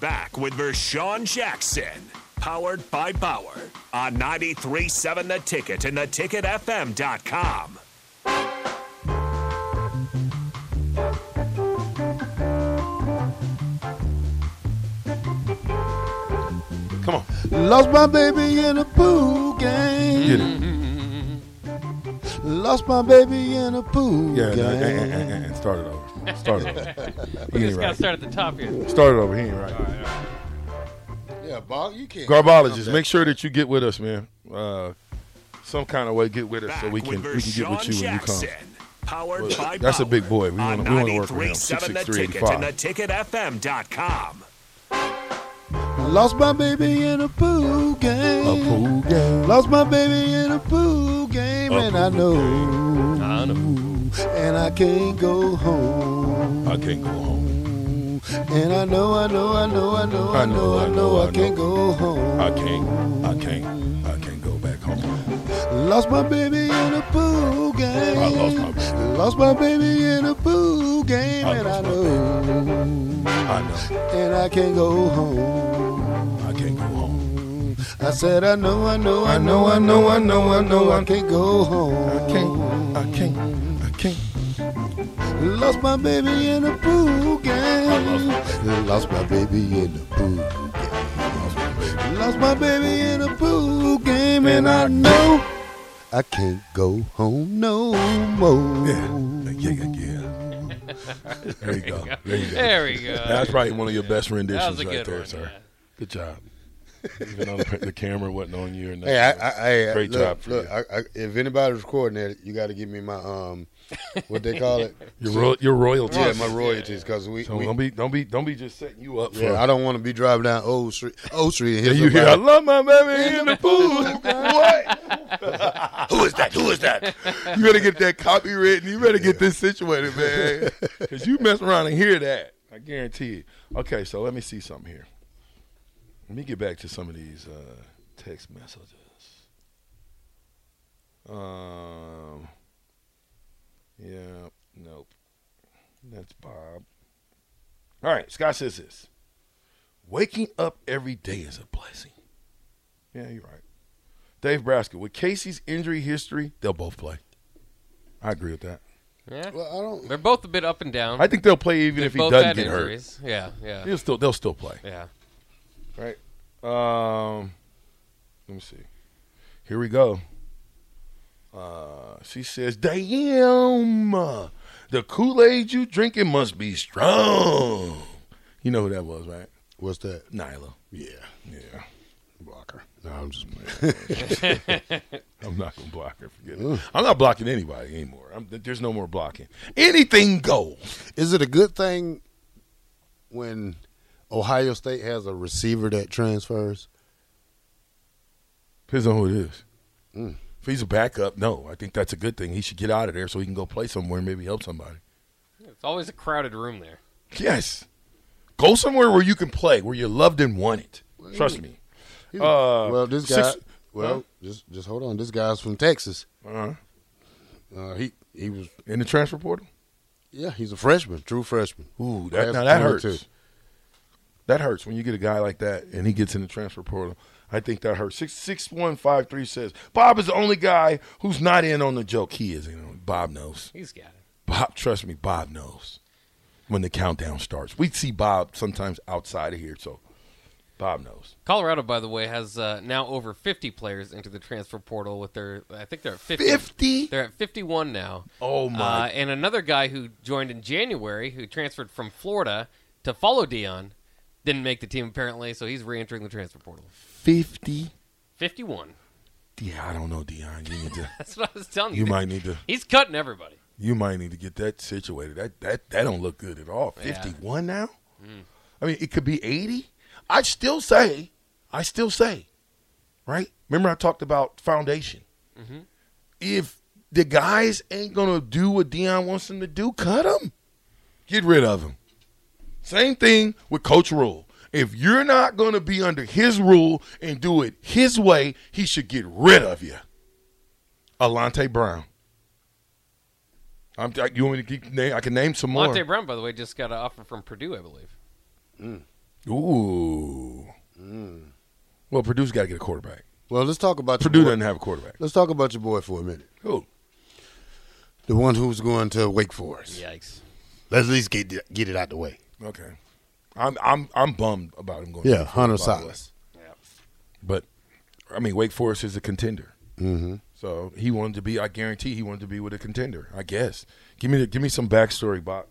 back with Vershawn Jackson, powered by Bauer on 93.7 The Ticket and theticketfm.com. Come on. Lost my baby in a pool game. Get it. Lost my baby in a pool Yeah, game. no, and, and, and, and start it over. Start it over. he We ain't just got to right. start at the top here. Start it over. He ain't right. Yeah, Bob, you can't. Garbologist, make sure that you get with us, man. Uh, some kind of way, get with us Back so we can we can with get with you when you come. Jackson, Powered by that's a Bauer big boy. We on wanna- we wanna work with him. 93.7 The 663-85. Ticket and theticketfm.com. Lost my baby in a pool A game. pool game. Lost my baby in a pool game, A and I pool know, I and I can't go home. I can't go home. And I know, I know, I know, I know, I know, I know, I can't go home. I can't. I can't. I can't go back home. Lost my baby in a pool game. I lost my baby. Lost my baby in a pool game, I and I lost my know, I know. and I can't go home. I can't go home. I said, I know, I know, I know, I know, I know, I know, I can't go home. I can't. I can't. I can't. Lost my baby in a pool game. Lost my baby in a pool game. Lost my baby in a pool game, and I know I can't go home no more. Yeah. Yeah. Yeah. yeah. there you go. There you go. There we go. That's probably one of your best that renditions was a right good there, one. sir. yeah. Good job. Even though the, the camera wasn't on you or nothing. Hey, I, I, I Great look, job for look, you. I, I, if anybody's recording that, you got to give me my um, what they call it? your, ro- your royalty. yeah, my royalties because we. So we- don't be don't be don't be just setting you up for. yeah, I don't want to be driving down Old Street, Old Street, and hear And you hear, I somebody- love my baby in the pool. what? Who is that? Who is that? You better get that copywritten. You better get this situated, man. Because you mess around and hear that. I guarantee it. Okay, so let me see something here. Let me get back to some of these uh, text messages. Um, yeah, nope. That's Bob. All right, Scott says this. Waking up every day is a blessing. Yeah, you're right. Dave Brasco, with Casey's injury history, they'll both play. I agree with that. Yeah. Well, I don't. They're both a bit up and down. I think they'll play even They've if he both doesn't had get injuries. Yeah, yeah, hurt. He'll still they'll still play. yeah. Right. Um let me see. Here we go. Uh she says, Damn the Kool-Aid you drinking must be strong. You know who that was, right? What's that? Nyla. Yeah, Yeah. blocker. No, I'm just. I'm not gonna block her. Forget it. I'm not blocking anybody anymore. I'm, there's no more blocking. Anything goes. Is it a good thing when Ohio State has a receiver that transfers? Depends on who it is. Mm. If he's a backup, no. I think that's a good thing. He should get out of there so he can go play somewhere and maybe help somebody. It's always a crowded room there. Yes. Go somewhere where you can play, where you're loved and wanted. Trust me. He's- Uh, well, this guy. six- well, just just hold on. This guy's from Texas. Uh, Uh, he he was in the transfer portal. yeah he's a freshman, true freshman. Ooh, Class that, now of that 22. hurts. That hurts when you get a guy like that and he gets in the transfer portal. I think that hurts. Six six one five three says Bob is the only guy who's not in on the joke. He is in. on it. Bob knows. He's got it. Bob, trust me, Bob knows when the countdown starts. We see Bob sometimes outside of here, so Bob knows. Colorado, by the way, has uh, now over 50 players into the transfer portal with their. I think they're at 50. Fifty. They're at 51 now. Oh Uh, my! and another guy who joined in January, who transferred from Florida to follow Dion, didn't make the team apparently, so he's re-entering the transfer portal. Fifty. 51. Yeah, I don't know, Dion. You need to. That's what I was telling you. you might need to. He's cutting everybody. You might need to get that situated. That that that don't look good at all. Yeah. Mm. Fifty one now. I mean, it could be eighty. I still say, I still say, right? Remember, I talked about foundation. If the guys ain't gonna do what Dion wants them to do, cut them. Get rid of them. Same thing with Coach Rule. If you're not gonna be under his rule and do it his way, he should get rid of you. Alante Brown. I'm, I, you want me to keep name? I can name some more. Monte Brown, by the way, just got an offer from Purdue, I believe. Ooh. Mm. Well, Purdue's got to get a quarterback. Well, let's talk about your Purdue boy- doesn't have a quarterback. Let's talk about your boy for a minute. Who? The one who's going to Wake Forest. Yikes. Let's at least get it- get it out the way. Okay. I'm I'm I'm bummed about him going. to Yeah, Wake Forest, Hunter by the way. Silas. But I mean, Wake Forest is a contender. Mm-hmm. Mhm. So he wanted to be. I guarantee he wanted to be with a contender. I guess. Give me the, give me some backstory, Bob.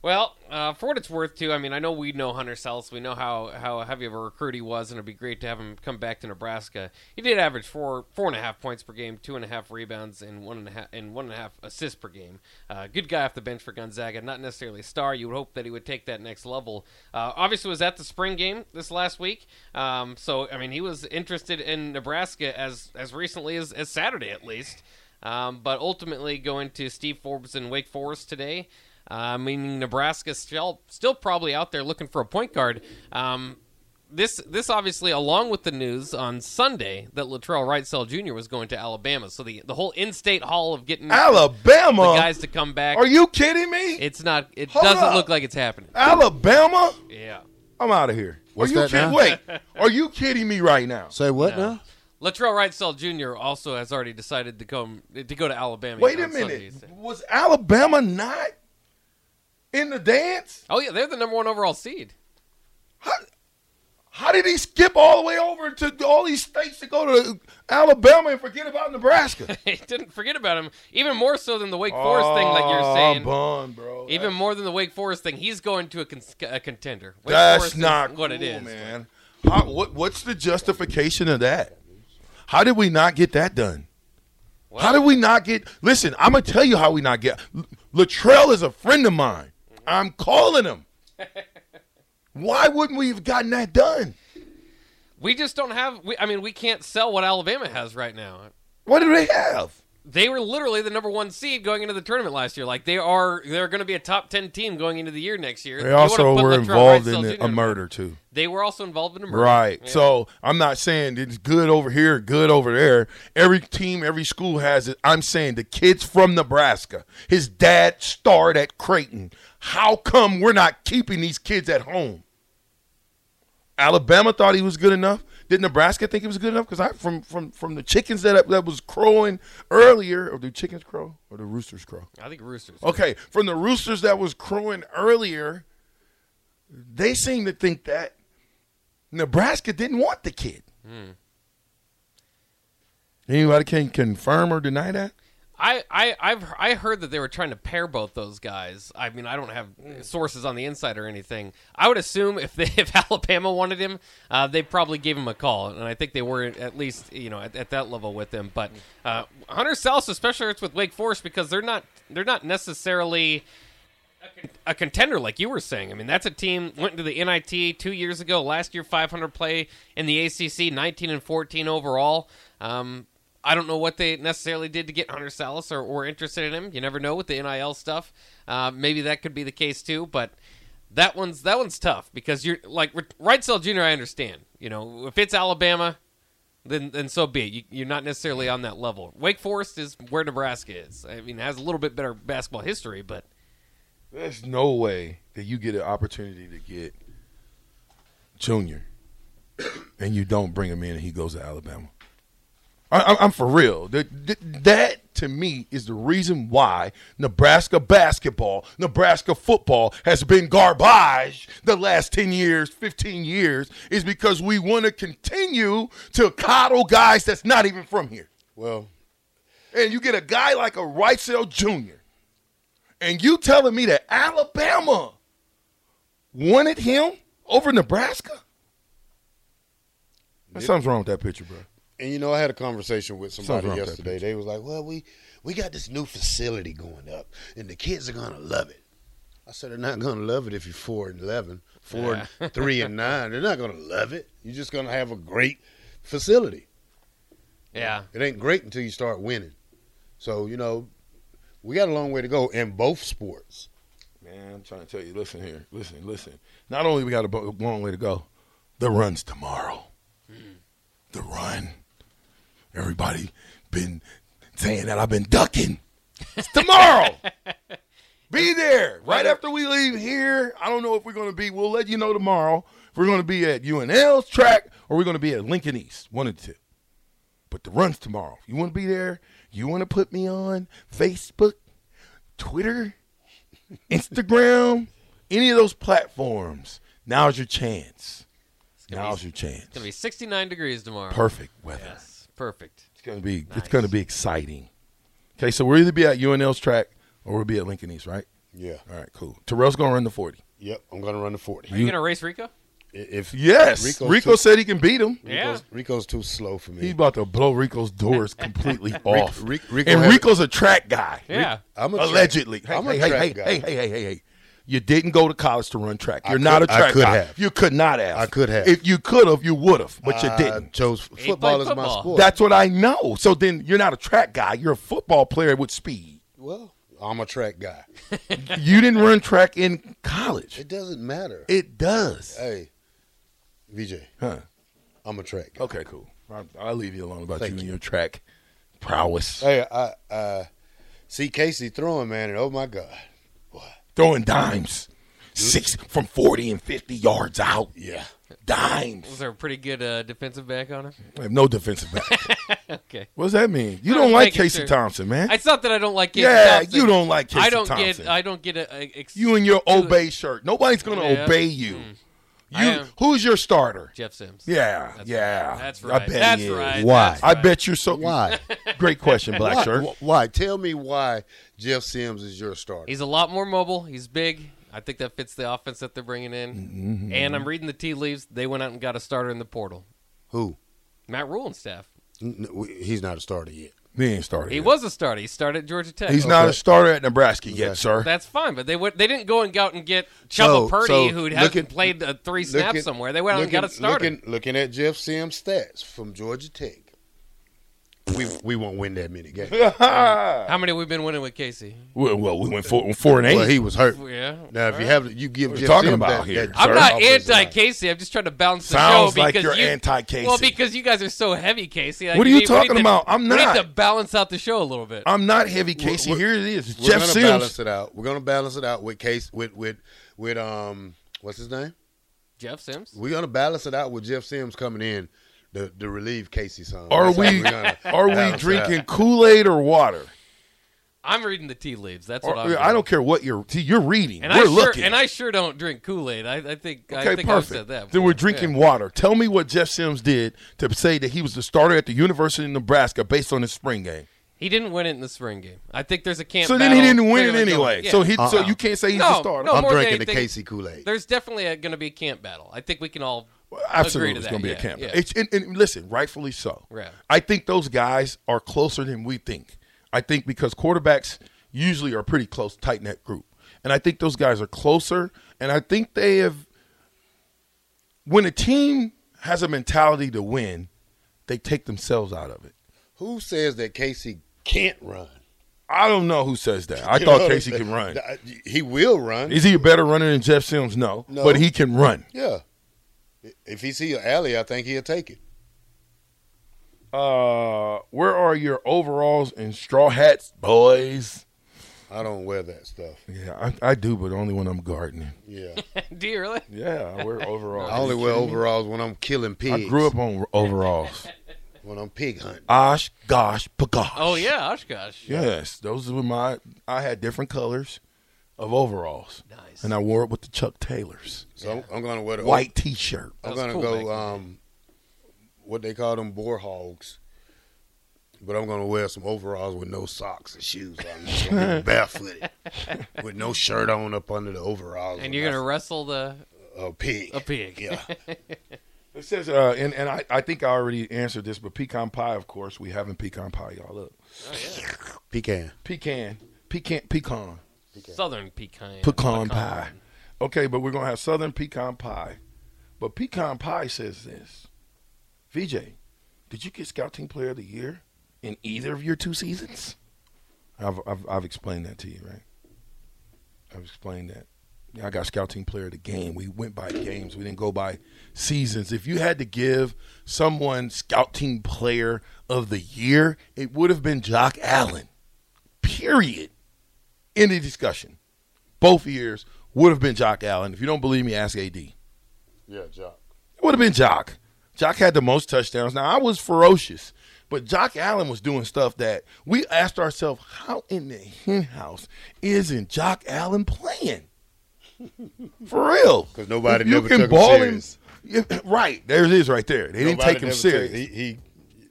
Well, uh, for what it's worth, too, I mean, I know we know Hunter Sells. We know how, how heavy of a recruit he was, and it'd be great to have him come back to Nebraska. He did average four four and a half points per game, two and a half rebounds, and one and a half and one and a half assists per game. Uh, good guy off the bench for Gonzaga, not necessarily a star. You would hope that he would take that next level. Uh, obviously, was at the spring game this last week, um, so I mean, he was interested in Nebraska as as recently as, as Saturday, at least. Um, but ultimately, going to Steve Forbes in Wake Forest today. Uh, meaning Nebraska's still still probably out there looking for a point guard. Um, this this obviously along with the news on Sunday that Latrell Wrightsell Jr. was going to Alabama, so the the whole in-state haul of getting Alabama. the guys to come back. Are you kidding me? It's not. It Hold doesn't up. look like it's happening. Alabama. Yeah, I'm out of here. What's are you that kidding? now? Wait. Are you kidding me right now? Say what No. now? Latrell Wrightsell Jr. also has already decided to come to go to Alabama. Wait a on minute. Sunday. Was Alabama not in the dance? Oh yeah, they're the number one overall seed. How, how did he skip all the way over to all these states to go to Alabama and forget about Nebraska? They didn't forget about him, even more so than the Wake Forest thing, like you're saying. I'm bummed, bro. Even more than the Wake Forest thing, he's going to a, con- a contender. Wake That's Forest is not what it cool, is, man. How, what, what's the justification of that? How did we not get that done? how did we not get? Listen, I'm gonna tell you how we not get. L- Latrell is a friend of mine. Mm-hmm. I'm calling him. Why wouldn't we have gotten that done? We just don't have. We, I mean, we can't sell what Alabama has right now. What do they have? They were literally the number one seed going into the tournament last year. Like they are, they're going to be a top ten team going into the year next year. They You wanna also put were Latrell involved Wrightsell in Jr. a murder too. They were also involved in a murder. Right. Yeah. So I'm not saying it's good over here, good over there. Every team, every school has it. I'm saying the kids from Nebraska, his dad starred at Creighton. How come we're not keeping these kids at home? Alabama thought he was good enough. Did Nebraska think he was good enough? Because I from from from the chickens that that was crowing earlier, or do chickens crow or the roosters crow? I think Roosters. Okay, from the roosters that was crowing earlier, they seem to think that Nebraska didn't want the kid. Anybody can confirm or deny that? I, I I've I heard that they were trying to pair both those guys. I mean, I don't have sources on the inside or anything. I would assume if they, if Alabama wanted him, uh, they probably gave him a call, and I think they were at least you know at, at that level with him. But uh, Hunter South, especially it's with Wake Forest, because they're not they're not necessarily a contender, like you were saying. I mean, that's a team went into the NIT two years ago. Last year, 500 play in the ACC, 19 and 14 overall. Um, I don't know what they necessarily did to get Hunter Salas or, or interested in him. You never know with the NIL stuff. Uh, maybe that could be the case too, but. That one's that one's tough because you're like Wrightsell Jr. I understand, you know, if it's Alabama, then then so be it. You, you're not necessarily on that level. Wake Forest is where Nebraska is. I mean, it has a little bit better basketball history, but There's no way that you get an opportunity to get Junior, and you don't bring him in, and he goes to Alabama. I, I'm- I'm for real. That, that- that to me is the reason why Nebraska basketball, Nebraska football has been garbage the last 10 years, 15 years, is because we want to continue to coddle guys that's not even from here Well, and you get a guy like a Wrightsell Jr., and you telling me that Alabama wanted him over Nebraska? There's Something's wrong with that picture, bro. and you know, I had a conversation with somebody Something wrong with that yesterday. They was like, "Well, we we got this new facility going up, and the kids are gonna love it." I said, "They're not gonna love it if you're four and eleven, four and three and nine. They're not gonna love it. You're just gonna have a great facility. yeah, It ain't great until you start winning. So you know, we got a long way to go in both sports. Man, I'm trying to tell you. Listen here. Listen, listen. Not only we got a bo- long way to go, the run's tomorrow. The run. Everybody been saying that I've been ducking. It's tomorrow. Be there right after we leave here. I don't know if we're going to be. We'll let you know tomorrow. If we're going to be at UNL's track or we're going to be at Lincoln East. One and two. But the run's tomorrow. You want to be there? You want to put me on Facebook, Twitter, Instagram, any of those platforms? Now's your chance. be- Now's your chance. It's gonna be 69 degrees tomorrow. perfect weather. Yes, perfect. It's gonna be it's gonna be exciting. Okay, so we'll either be at UNL's track or we'll be at Lincoln East, right? Yeah. All right, cool. Terrell's gonna run the forty. Yep. I'm gonna run the forty. Are you, gonna race Rico? If Yes, Rico's Rico too- said he can beat him. Yeah. Rico's, Rico's too slow for He's me. about to blow Rico's doors completely off. Ric- Rico and had- Rico's a track guy. Yeah. I'm a allegedly. Track, I'm hey, a hey, track hey, guy. hey, hey, hey, hey, hey. You didn't go to college to run track. I You're not a could- I track could guy. have. You could not have. I could have. Uh, If you could have, you would have, but you I didn't. chose played football as my football. sport. That's what I know. So then you're not a track guy. You're a football player with speed. well, I'm a track guy. you didn't run track in college. It doesn't matter. It does. hey, VJ, Huh. I'm a track guy. Okay, cool. I, I'll leave you alone about Thank you and your track prowess. Hey, I uh, see Casey throwing, man, and oh my God. Throwing dimes. Six from 40 and 50 yards out. Yeah. Was Dimes. there a pretty good uh, defensive back on him? I have no defensive back. Okay. what does that mean? You I don't was like making Casey sure. Thompson, man. It's not that I don't like Casey yeah, Thompson. you don't like Casey I don't Thompson. get. I don't get a. a ex- you and your obey shirt. Nobody's going to Yeah. Hmm. obey you. I You, am- who's your starter? Jeff Sims. Yeah, yeah. That's I right. bet he That's is. right. Why? That's I right. bet you're so. Why? Great question, Black why? Shirt. wh- Why? Tell me why Jeff Sims is your starter. He's a lot more mobile. He's big. I think that fits the offense that they're bringing in. Mm-hmm. And I'm reading the tea leaves. They went out and got a starter in the portal. Who? Matt Rule and staff. N- n- we- He's not a starter yet. He ain't started. He yet. was a starter. He started at Georgia Tech. He's not a Okay. starter at Nebraska yet, Okay. sir. That's fine, but they went, they didn't go and go out and get Chubba So- Purdy, so who look hasn't at- played uh, three snaps Looking- somewhere. They went out and got a starter. Looking, looking at Jeff Sims' stats from Georgia Tech, we we won't win that many games. How many have we been winning with Casey? well, well, we went four, four and eight. Well, he was hurt. Yeah. Now, if you have, you give What are you Jeff talking Sims about that, here, that- I'm sir? not offensive line. anti-Casey. I'm just trying to balance the Sounds show like because you're you, anti-Casey. Well, because you guys are so heavy, Casey. Like, What are you we need- we need talking to- about? I'm We not. need to balance out the show a little bit. I'm not heavy, Casey. Here it is. It's We're Jeff gonna Sims. balance it out. We're gonna balance it out with case with with with um what's his name? Jeff Sims. We're gonna balance it out with Jeff Sims coming in to, to relieve Casey some. Are That's how we we're gonna are we balance it out. drinking Kool Aid or water? I'm reading the tea leaves. That's Or, what I'm. I doing. don't care what you're. See, you're reading. And we're I sure looking. and I sure don't drink Kool Aid. I, I think I okay, think I've perfect. said that. then we're before. drinking water. Tell me what Jeff Sims did to say that he was the starter at the University of Nebraska based on his spring game. Yeah. He didn't win it in the spring game. I think there's a camp. So then he battle didn't win it clearly going. anyway. Yeah. So he, so you can't say he's No, the starter. no, I'm more than drinking the anything- Casey Kool Aid. there's definitely going to be a camp battle. I think we can all Absolutely, agree to it's that. going to be Yeah, a camp. yeah. It's, and, and listen, rightfully so. Right. I think those guys are closer than we think. I think because quarterbacks usually are a pretty close, tight knit group, and I think those guys are closer. And I think they have. When a team has a mentality to win, they take themselves out of it. Who says that Casey can't run? I don't know who says that. I You know thought what I'm Casey saying? can run. Th- He will run. Is he a better runner than Jeff Sims? No, No. but he can run. yeah. If he see an alley, I think he'll take it. Uh, where are your overalls and straw hats, boys? I don't wear that stuff. Yeah, I, I do, but only when I'm gardening. Yeah. Do you really? Yeah, I wear overalls. I only wear overalls when I'm killing pigs. I grew up on overalls. when I'm pig hunting. Osh, gosh, pagosh. Oh yeah, Oshkosh. Yes, those were my. I had different colors of overalls, Nice. and I wore it with the Chuck Taylors So I'm, I'm gonna wear the white T-shirt. I'm That's gonna cool, go Nick. um, what they call them boar hogs. But I'm gonna wear some overalls with no socks and shoes. I'm just gonna be barefooted with no shirt on up under the overalls. And you're gonna wrestle the a pig. a pig. Yeah. It says, uh, and and I, I think I already answered this, but pecan pie, of course, we haven't pecan pie y'all up. Oh, Pecan. Pecan, pecan, pecan, Southern pecan. pecan pie. Okay, but we're gonna have southern pecan pie. But pecan pie says this, VJ, did you get scout team player of the year in either of your two seasons? I've I've, I've explained that to you, right? I've explained that. Yeah, I got scout team player of the game. We went by games. We didn't go by seasons. If you had to give someone scout team player of the year, it would have been Jock Allen. Period. End of discussion. both years would have been Jock Allen. If you don't believe me, ask AD. It Yeah, Jock. would have been Jock. Jock had the most touchdowns. Now I was ferocious, but Jock Allen was doing stuff that we asked ourselves, how in the hen house isn't Jock Allen playing? For real, 'Cause nobody If you never can took him ball serious. if- right there it is, right there. They didn't Nobody take him never serious. Took, he, he,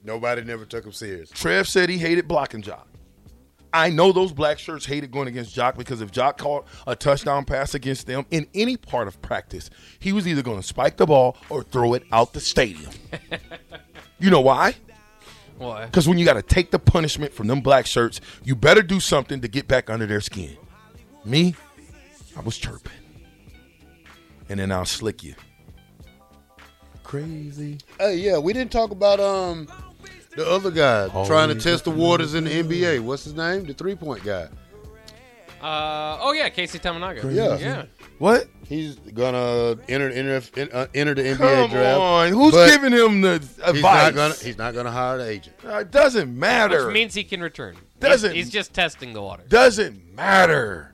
nobody never took him serious. Trev said he hated blocking Jock. I know those black shirts hated going against Jock because if Jock caught a touchdown pass against them in any part of practice, he was either going to spike the ball or throw it out the stadium. you know why? Why? Because when you got to take the punishment from them black shirts, you better do something to get back under their skin. Me, I was chirping. And then I'll slick you. Crazy. Hey, yeah, we didn't talk about um the other guy Oh, trying to test the waters in the NBA. What's his name? The three point guy. Uh, oh yeah, Casey Tamanaga. Yeah. yeah. What? He's gonna enter enter uh, enter the NBA Come draft. on. Who's but giving him the advice? He's not gonna he's not gonna hire an agent. Uh, It doesn't matter. Which means he can return. Doesn't- He's, he's just testing the water. doesn't matter.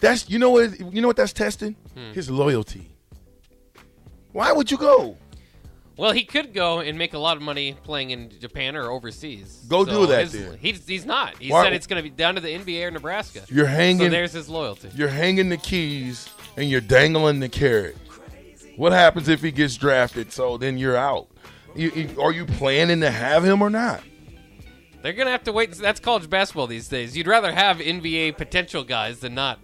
That's you know what you know what that's testing Hmm. his loyalty. Why would you go? Well, he could go and make a lot of money playing in Japan or overseas. Go do that his- then. He's, he's not. He Why- said it's going to be down to the NBA or Nebraska. You're hanging. so there's his loyalty. you're hanging the keys and you're dangling the carrot. What happens if he gets drafted? So then you're out. You, you- are you planning to have him or not? They're going to have to wait. That's college basketball these days. You'd rather have NBA potential guys than not.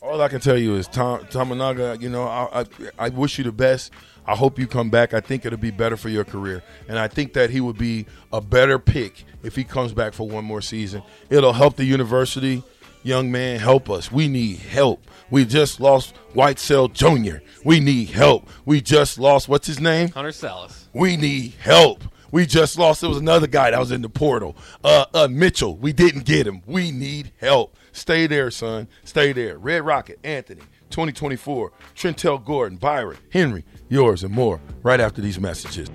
All I can tell you is Tom Tamanaga. You know, I, I I wish you the best. I hope you come back. I think it'll be better for your career, and I think that he would be a better pick if he comes back for one more season. It'll help the university, young man. Help us. We need help. We just lost White Cell Jr. We need help. We just lost what's his name? Hunter Salas. We need help. We just lost. There was another guy that was in the portal. Uh, uh, Mitchell. We didn't get him. We need help. Stay there, son. Stay there. Red Rocket, Anthony, 2024, Trentel Gordon, Byron, Henry, yours, and more right after these messages.